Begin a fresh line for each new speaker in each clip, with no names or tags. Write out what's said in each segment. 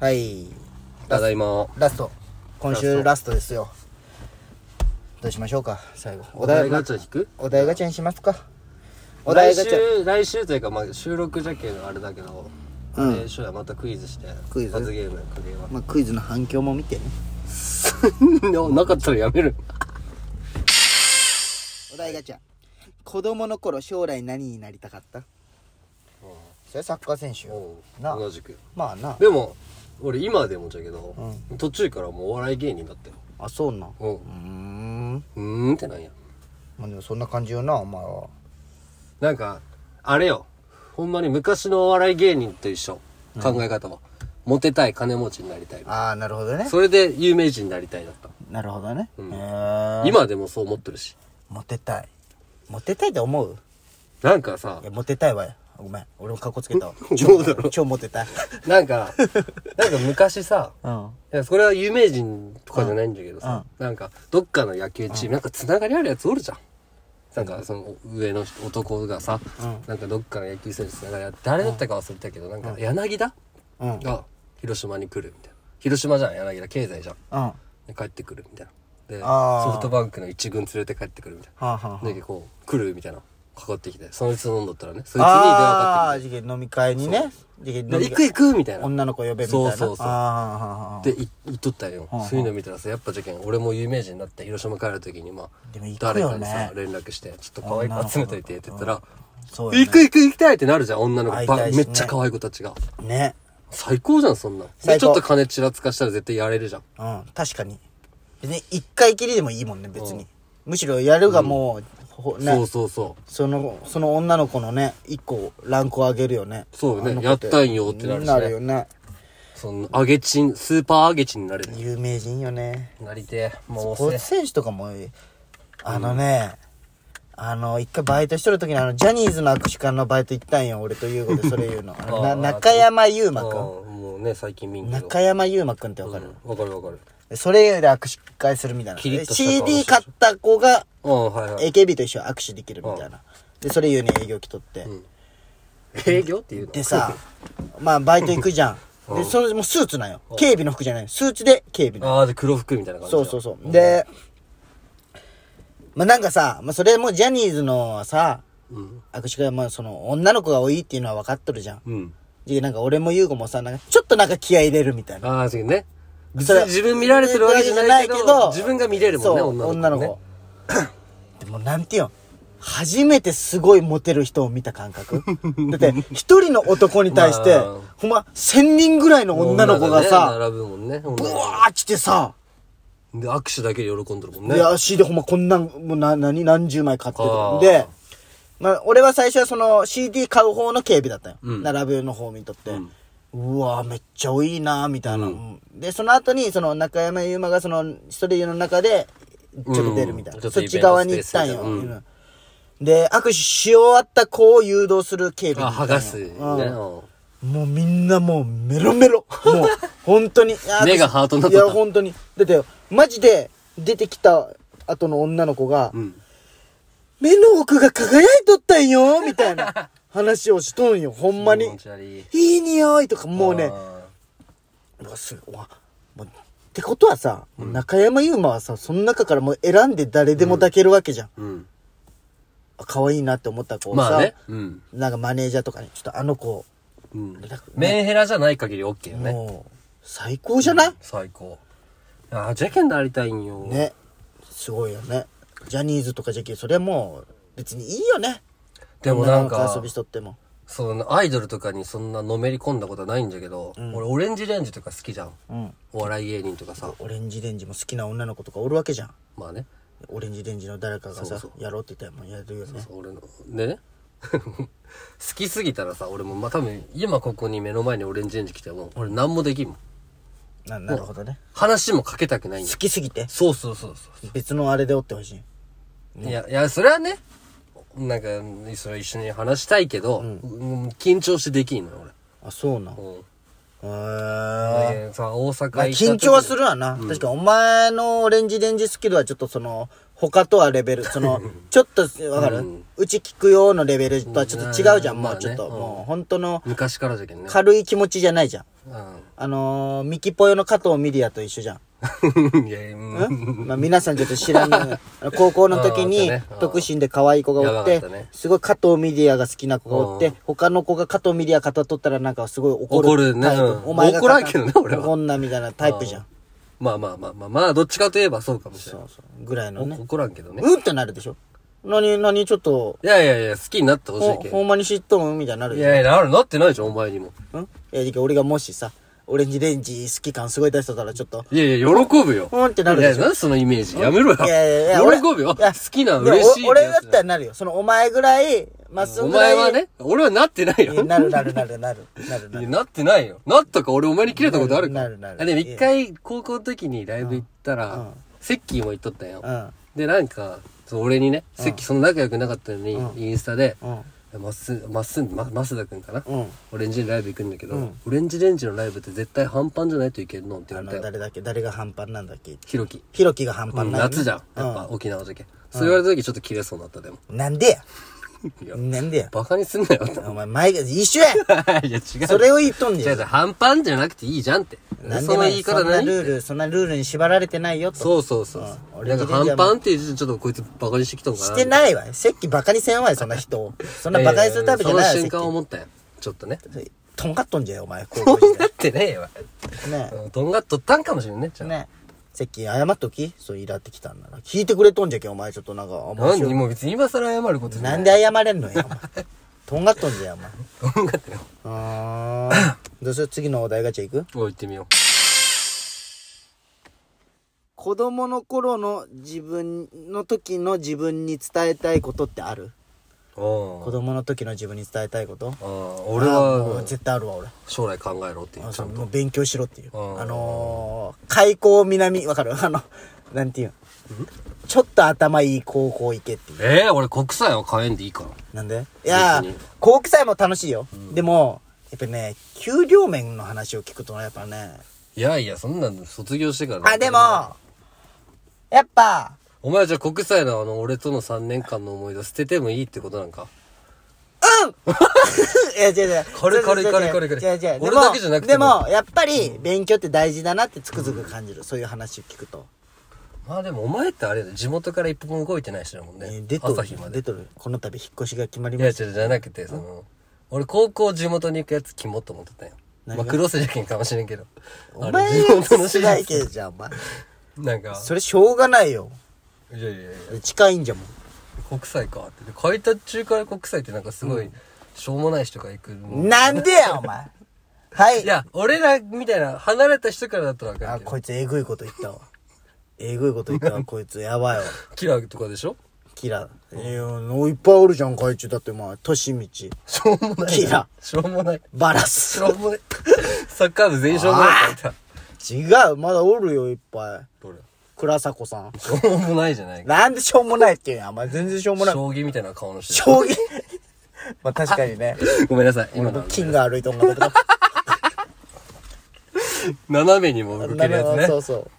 はい。
ただいま。
ラスト。今週ラストですよ。どうしましょうか、最後。お題ガチャ。
チャ引く
お題ガチャにしますか。お題
来
ガチャ。
週、来週というか、まあ、収録じゃけどあれだけど、
うん
来週はまたクイズして、
クイズ
罰ゲームクリ
まあ、クイズの反響も見てね。
アは。 なかったらやめる。
お題ガチャ。子供の頃将来何になりたかったそれサッカー選手な
同じく。
まあな。
でも、俺今でもじゃけど、
う
途中からもうお笑い芸人だったよ。
あ、そうなん。
う
うーん。
ん。うーんってなんや。
まあでもそんな感じよな、お前は。
なんか、あれよ。ほんまに昔のお笑い芸人と一緒。考え方は。モテたい、金持ちになりたい。
ああ、なるほどね。
それで有名人になりたいだった。
なるほどね。
ん
えー
今でもそう思ってるし。
モテたい。モテたいって思う
なんかさ
いや、、モテたいわよ。ごめん。俺もカッコつけたわ。
どうだろ
超モテたい。
なんか、なんか昔さ、
うん。
いやそれは有名人とかじゃないんだけどさ、なんか、どっかの野球チーム、なんかつながりあるやつおるじゃん。なんか、その上の人男がさ、なんかどっかの野球選手つながりあって、誰だったか忘れたけど、なんか、柳田
うん。
が広島に来るみたいな。広島じゃん、柳田、経済じゃん。
うん。は
で帰ってくるみたいな。で、
あー
ソフトバンクの一軍連れて帰ってくるみたい
あ、はあはあ
な。で、こう、来るみたいな。かかってきて、そのいつ飲んだったらね、そいつに電
あ
話かか
あ、
って
次元飲み会にね。次
き
元
て、
飲
で
み
行く
会。
行くみたいな。
女の子呼べみたいな。
そうそうそう
ああ、はあはあはあ
で、い行っとったんよ
んは。ん
そういうの見たらさ、やっぱじゃけん、俺も有名人になって広島帰る時に、ま
でも
あ
行、くよね
誰かにさ、連絡して、ちょっと可愛い
女の
子
子
集めといてって言ったら、
そうよね
行く行く行きたいってなるじゃん、女の
会い
子。
た
ば
いしね
めっちゃ可愛い子たちが。
ね。
最高じゃん、そんなん。
最
で
高
ちょっと金ちらつかしたら絶対やれるじゃん。
うん。確かに。別に一回きりでもいいもんね、別に。むしろやるがもう、ほね
そうそうそ
その、その女の子のね、一個、ランクを上げるよね。
そうね
あの子
やったんよってなるしね
なるよね。
う。その、揚げチン、スーパー揚げチンになれる。
有名人よね。
なりてえ、もう
ス
遅
ポー
え
ツ選手とかも、あのね、あの、一回バイトしてる時にあの、ジャニーズの握手会のバイト行ったんよ、俺と優子でそれ言うの。あのな
あー
中山優
あ
馬くん。
ーもうね、最近見んけど。
中山優馬くんってわか
わ
る、
わかるわかる。
それで握手会するみたいな。
キリッとした顔してる
CD 買った子が、
うん、はいはい。
AKB と一緒に握手できるみたいな。で、それ言うに営業来とって。
営業っていうの
でさ、まあバイト行くじゃん。で、そのもうスーツなんよ。警備の服じゃない。スーツで警備の。
ああ、で、黒服みたいな感じだ
そうそうそう。で、まあなんかさ、まあそれもジャニーズのさ、
うん。
握手会はまあその女の子が多いっていうのは分かっとるじゃん。
うん。
で、なんか俺も優子もさ、なんかちょっとなんか気合い入れるみたいな。
ああ、そうね。別
それ
に自分見られてるわけじゃないけ
見られて
ど、自分が見れるもんね、
そう
女の子、ね。
女の子。 でもなんていうん初めてすごいモテる人を見た感 覚だって、一人の男に対して、
まあ
ほんま、千人ぐらいの女の子が
女
さ、
ね並ぶもんね。
ブ
女の子
ワーッ来てさ、
で、握手だけで喜んでるもんね。
で、足でほんまこんなん、もうな、何、何十枚買ってる
あー
で、まあ、俺は最初はその CD 買う方の警備だったよ。
うん
並ぶの方見とって。
うん
うわめっちゃ多いなみたいな、
うん
うんで、その後に、その中山優馬がその、一人の中で、ちょっと出るみたいな。
うんちょっ
そ
と
っ
イベント
ち側に行ったんよ。
スペースみたいな
で、握手し終わった子を誘導する警備
あ、
に行
剥
ったんよ
がす、ね。うん
もうみんなもうメロメロ。もう、本 当に。あ
目がハートになっ
い
とった
や、本当に。だって、マジで出てきた後の女の子が、
うん。
目の奥が輝いとったんよ、みたい な話をしとんよ、ほんまに
気持。ち悪い
いい匂いとか、もうね、
あ
うわ、すごい。うわもうってことはさ、中山優馬はさ、その中からもう選んで誰でも抱けるわけじゃん。
ーうん。
あ可愛いなって思った子をさ、
まあね。うん。
なんかマネージャーとかに、ちょっとあの子、
うん
だから。
メンヘラじゃない限り OK よね。
もう、最高じゃない、
最高。ああ、ジャケンなりたいんよ。。
ねすごいよねジャニーズとかジャケそれはもう別にいいよね
でもなん
女の
か
子遊びしとっても
そのアイドルとかにそんなのめり込んだことはないんだけど、俺オレンジレンジとか好きじゃん、
ん
お笑い芸人とかさ
オレンジレンジも好きな女の子とかおるわけじゃん
まあね
オレンジレンジの誰かがさ
そうそう
やろうって言ったらもうやるよね
そう俺のでね 好きすぎたらさ俺もまあ多分今ここに目の前にオレンジレンジ来ても俺何もできんもん
ななるほどね
話もかけたくないんよ
好きすぎて
そうそうそうそ
別のあれでおってほしい、
う、いやいやそれはねなんかそれ一緒に話したいけど、うん緊張してできんのよ
あそうなんへ
俺、うん
え
でさ大阪行った時
緊
に
張はするわな、確かお前のオレンジレンジスキルはちょっとその他とはレベルそ のちょっとわかる、うち聞くようのレベルとはちょっと違うじゃん、
うん
もうちょっと、
まあねうん
もう本当の
昔からじゃけんね
軽い気持ちじゃないじゃん
うん
あのー、ミキポヨの加藤ミリアと一緒じゃん。
いや、うん
んまあ、皆さんちょっと知らない。あの高校の時に
あーあったねあー
特進で可愛い子がおっ
や
て
ばかったね、
すごい加藤ミリアが好きな子がおって、他の子が加藤ミリア語っとったらなんかすごい怒る。
怒るね
タイプ
うん
お前が
怒らんけどね俺は
こんなみたいなタイプじゃん。
まあまあまあまあまあ、どっちかといえばそうかもしれ
そ
な
うそう。ぐらいの
い。
ね。
怒らんけどね。
うんってなるでしょ。何、何ちょっと、
いやいやいや、好きになってほし
ほ
いけ
ほ
ど。
んまに知っとんみたいになる
い
でしょ。
やいや、なるなってないじゃん、お前にも。
うんえ、じゃあ俺がもしさ、オレンジレンジ好き感すごい出しとったらちょっと、
いやいや、喜ぶよ。
うんってなる
いや
でしょ
いや、なんそのイメージ。やめろよ。
いやいやいや俺
喜ぶよ。
いや
好きなの嬉し
で
いけ
も
ど。
お俺だったらなるよ。そのお前ぐらい、まっす
お
ぐぐらい。
前はね、俺はなってないよ
いや。なるなるなるなる。なるない
や
る。
なってないよ。なったか、俺お前に切れたことあるか。
なるなるなる
あでも一回、高校の時にライブ行ったら、セッキーも行っとったんよ。
うん。
で、なんか、そう俺にね、セッキーそんな仲良くなかったのに、インスタで、
うん。
まっす、まっすん、ま、増田くんかな、
うん。
オレンジレンジのライブ行くんだけど、
うん
オレンジレンジのライブって絶対半端じゃないといけんのって
あ
言わ
の、
れたよ。
誰だっけ誰が半端なんだっけ
ひろき。
ひろきが半端なんだね
夏じゃん。やっぱ沖縄だけ。そう言われた時ちょっと切れそうになった、でも。
うん。なんで
い
や。
や
なんでや。
バカにすんなよって。
お前、前が一緒や
いや、違う。
それを言っとんね
違う違
ん
う、。半端じゃなくていいじゃんって。
なん
そ
でも
の言
い
い
い
方
そんな
何
ルール、そんなルールに縛られてないよと。
そうそうそう
うん
そう。
俺
なんか半端っていう時点でちょっとこいつバカにしてきたんかな。
してないわ。せっきバカにせんわよ、そんな人を。そんなバカにするタイプじゃないわ
そ
せ
の
っ
瞬
き
間。思ったよ。ちょっとね。
とんがっとんじゃよ、お前。高
と
校
ん
時
がってねえわ。
代。ね
うんとんがっとったんかもしれんね。じゃあ。
ねせっき謝っときそう、イラってきたんなら。聞いてくれとんじゃけん、お前。ちょっとなんか、面
何
白い。
もう別に今更謝ることじゃ
な
ない
んで謝れんのよ、お前。とんがっとんじゃよ、お前。
とんがってね。
うーん。 どうする次のお題ガチャいく
おい、行ってみよ
子供の頃の自分の時の自分に伝えたいことってある
う。うん。
子供の時の自分に伝えたいこと
あー俺
あーもう
は、
絶対あるわ、俺。
将来考えろって言
あ
う。ちゃ
そうんも
と。
う勉強しろっていう。
うん
あのー、開校南、わかるあの、なんていうんちょっと頭いい高校行けっていう。
ええ、俺国際は変えんでいいから。
なんでいや
別
ー
に、
後期祭も楽しいよ。でも、やっぱね、給料面の話を聞くとやっぱね、
いやいや、そんなん卒業してからね。
あ、でも、やっぱ、
お前はじゃあ国際のあの、俺との3年間の思い出捨ててもいいってことなんか
いや、違う違う。
これこれこれこれこれ
違う違う。
俺だけじゃなくて
で
も
も、でもやっぱり、勉強って大事だなってつくづく感じる。そういう話を聞くと。
まあでもお前ってあれだよ地元から一歩も動いてない人だもん
え
ね。
ー出と
朝日ま
る、
で
出。とる。この度、引っ越しが決まり
いや、
ま
違う
した。
じゃなくて、その、俺高校地元に行くやつキモっと思ってたよ。まあ、クロスじゃけんかもしれんけど。
お
あ
前
れ地元 の
し
知
な
ら
いけどじゃん、お前。
なんか、
それしょうがないよ。
いやいやいや、
近いんじゃもん。
国際かって。で開拓中から国際ってなんかすごい、しょうもない人が行くの。
なんでや、お前。はい。
いや、俺らみたいな、離れた人からだったらわか
あ、
るけど。
こいつえぐいこと言ったわ。えぐいこと言った わ、こいつ。やばいわ。
キラーとかでしょ
キラ。いや、いっぱいおるじゃん、こいつ。だって、まあ、としみち、
しょうもない。
キラ
しょうもない。
バラ
し
ス。
ょうもない。 サッカー部全員しょうもないって言った。
違う、まだおるよ、いっぱい。
どれ
倉迫さん。
しょうもないじゃないか。
なんでしょうもないっていうのお前全然しょうもない。
将棋みたいな顔の人。
将棋。まあ確かに ね。
ごめんなさい。今の
金が歩いとんかった
斜めにも
け
動
ど。
けるやつ
そ
ね
う そう。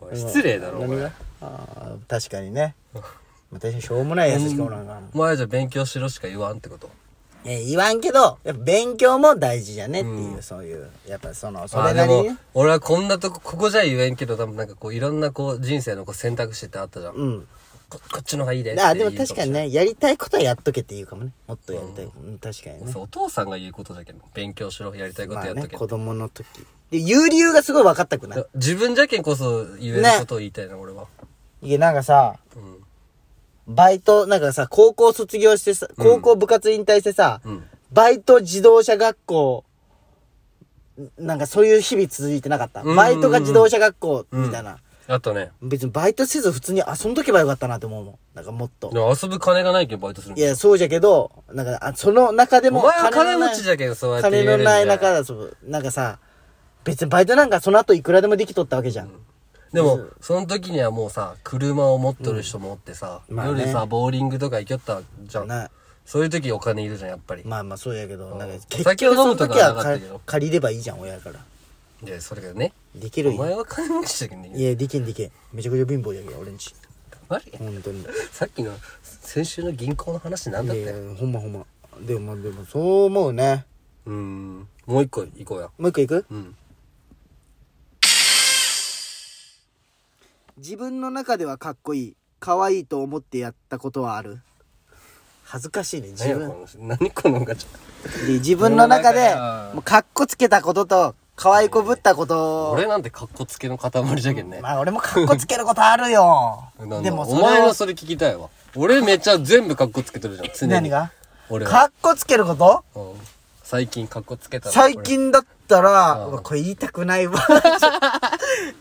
おい。失礼だろ、お
何
前
が。ああ、確かにね。 まあ確かにしょうもないやつしかおらんから。
お前はじゃあ勉強しろしか言わんってこと。
え、言わんけど、やっぱ勉強も大事じゃねっていう、そういう。やっぱその、それ
あで
なりに
も
ね。、
俺はこんなとこ、ここじゃ言えんけど、多分なんかこう、いろんなこう、人生のこう選択肢ってあったじゃん。
うん。
ここっちの方がいいでって
ああ、で
言う
も確かに
もし
ね、やりたいことはやっとけっていうかもね。もっとやりたい。うん、確かに
れ
ね
ん。。そう、お父さんが言うことだけど、勉強しろ、やりたいこと
ま
や
あ
っと
ね、
けって。
子供の時。で、言う理由がすごい分かったくない
自分じゃけんこそ言えることを言いたいな、俺は。
いや、なんかさ、
ん
バイト、なんかさ、高校卒業してさ、高校部活引退してさ、バイト自動車学校、なんかそういう日々続いてなかった。
んうん
バイトが自動車学校、みたいな。
あとね、
別にバイトせず普通に遊んどけばよかったなって思うもん。なんかもっと
で。も遊ぶ金がないけんバイトする
いや、そうじゃけど、なんか、あその中でも
お前は金
のない
持ちじゃけんそうやって言え
金の
るんじゃ
ない
ない
中だと、なんかさ、別にバイトなんかその後いくらでもできとったわけじゃん。
でも、その時にはもうさ、車を持っとる人もおってさ、
まあね
夜さ、ボーリングとか行きよったじゃん。
ね
そういう時お金いるじゃん、やっぱり。
まあまあそうやけど、なんか
お酒を飲むとかはなかっ
その
た
時は
けど
か借りればいいじゃん、親から。
いや、それがね、
できる
お
よ。
前は金持ちじゃけんね
いや、できんできん。めちゃくちゃ貧乏じゃけど、俺んち。
マジ
ほんとに。い
さっきの、先週の銀行の話なんだ
や
っ
い
た
や
よ。、
ほんまほんま。でも、でも、そう思うね。
うーん。もう一個行こうや。
もう一個行く
うん。
自分の中ではかっこいい可愛いと思ってやったことはある恥ずかしいね自
何や
分
この人何このガチャ
で自分の中
自
で
分の中で
もうかっこつけたことと可愛いこぶったこと
俺なんてカッコつけの塊じゃけんね、
まあ俺もかっこつけることあるよ
なん
で
だ
もそ
お
れ
前
を
のそれ聞きたいわ俺めっちゃ全部カッコつけてるじゃん常に
何が
俺は
かっこつけること
うん最近カッコつけたら
最近だったら、
うん
うわこれ言いたくないわ。 ちょ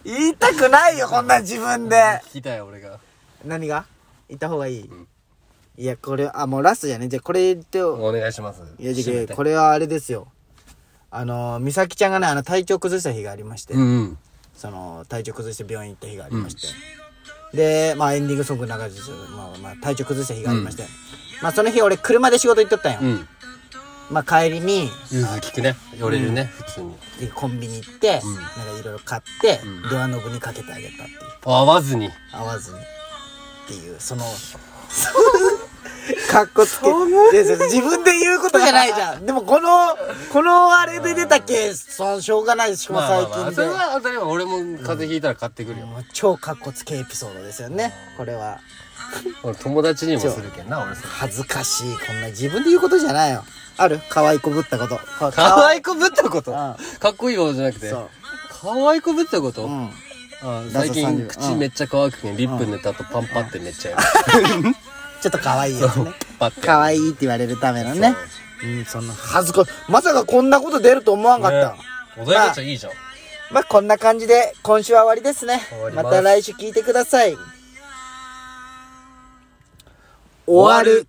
言いたくないよ、こんなん自分で。
俺聞きたい俺が
何が言った方がいい、いや、これ、あ、もうラストじゃね。じゃあこれ言ってよ。
お願いします
いや、じ
締
ゃ
め
あ
て
これはあれですよ。あの、美咲ちゃんがね、あの、体調崩した日がありまして、
うんうん
その、体調崩して病院行った日がありまして。で、まあエンディングソング流れてて、まあまあ体調崩した日がありまして。まあその日俺車で仕事行っとったんよ。
うん
まあ帰りに、
ゆず聞くね寄れるね、普通に
でコンビニ行って、
うん
なんかいろいろ買って、ドアノブにかけてあげたっていう
合わずに
合わずにっていう そのかっこつけで自分で言うことじゃないじゃ んでもこのこのあれで出たけそうしょうがないしかも
まあ
最
まあまあ
近
そ
で、
れは当たり前俺も風邪ひいたら買ってくるよ、
もう超かっこつけエピソードですよねこれは
俺友達にもするけんな俺それ
恥ずかしいこんな自分で言うことじゃないよある可愛いこぶったことか
可愛
い
くぶったこと
うん
かっこいいことじゃなくて
そう
可愛くぶったこと、
うん
あー
ダ
最
サさん
近
う
口
ん
めっちゃ乾くけんリップ塗った後パンパってめっちゃや
ちょっと可愛いやつ
る、
ね
パって
可愛いって言われるためのねうんそんな恥ずかまさかこんなこと出ると 思わんかった、
ねお題ちゃんいいじゃん
まあこんな感じで今週は終わりですね
終わりま
ますた来週聞いてください終わる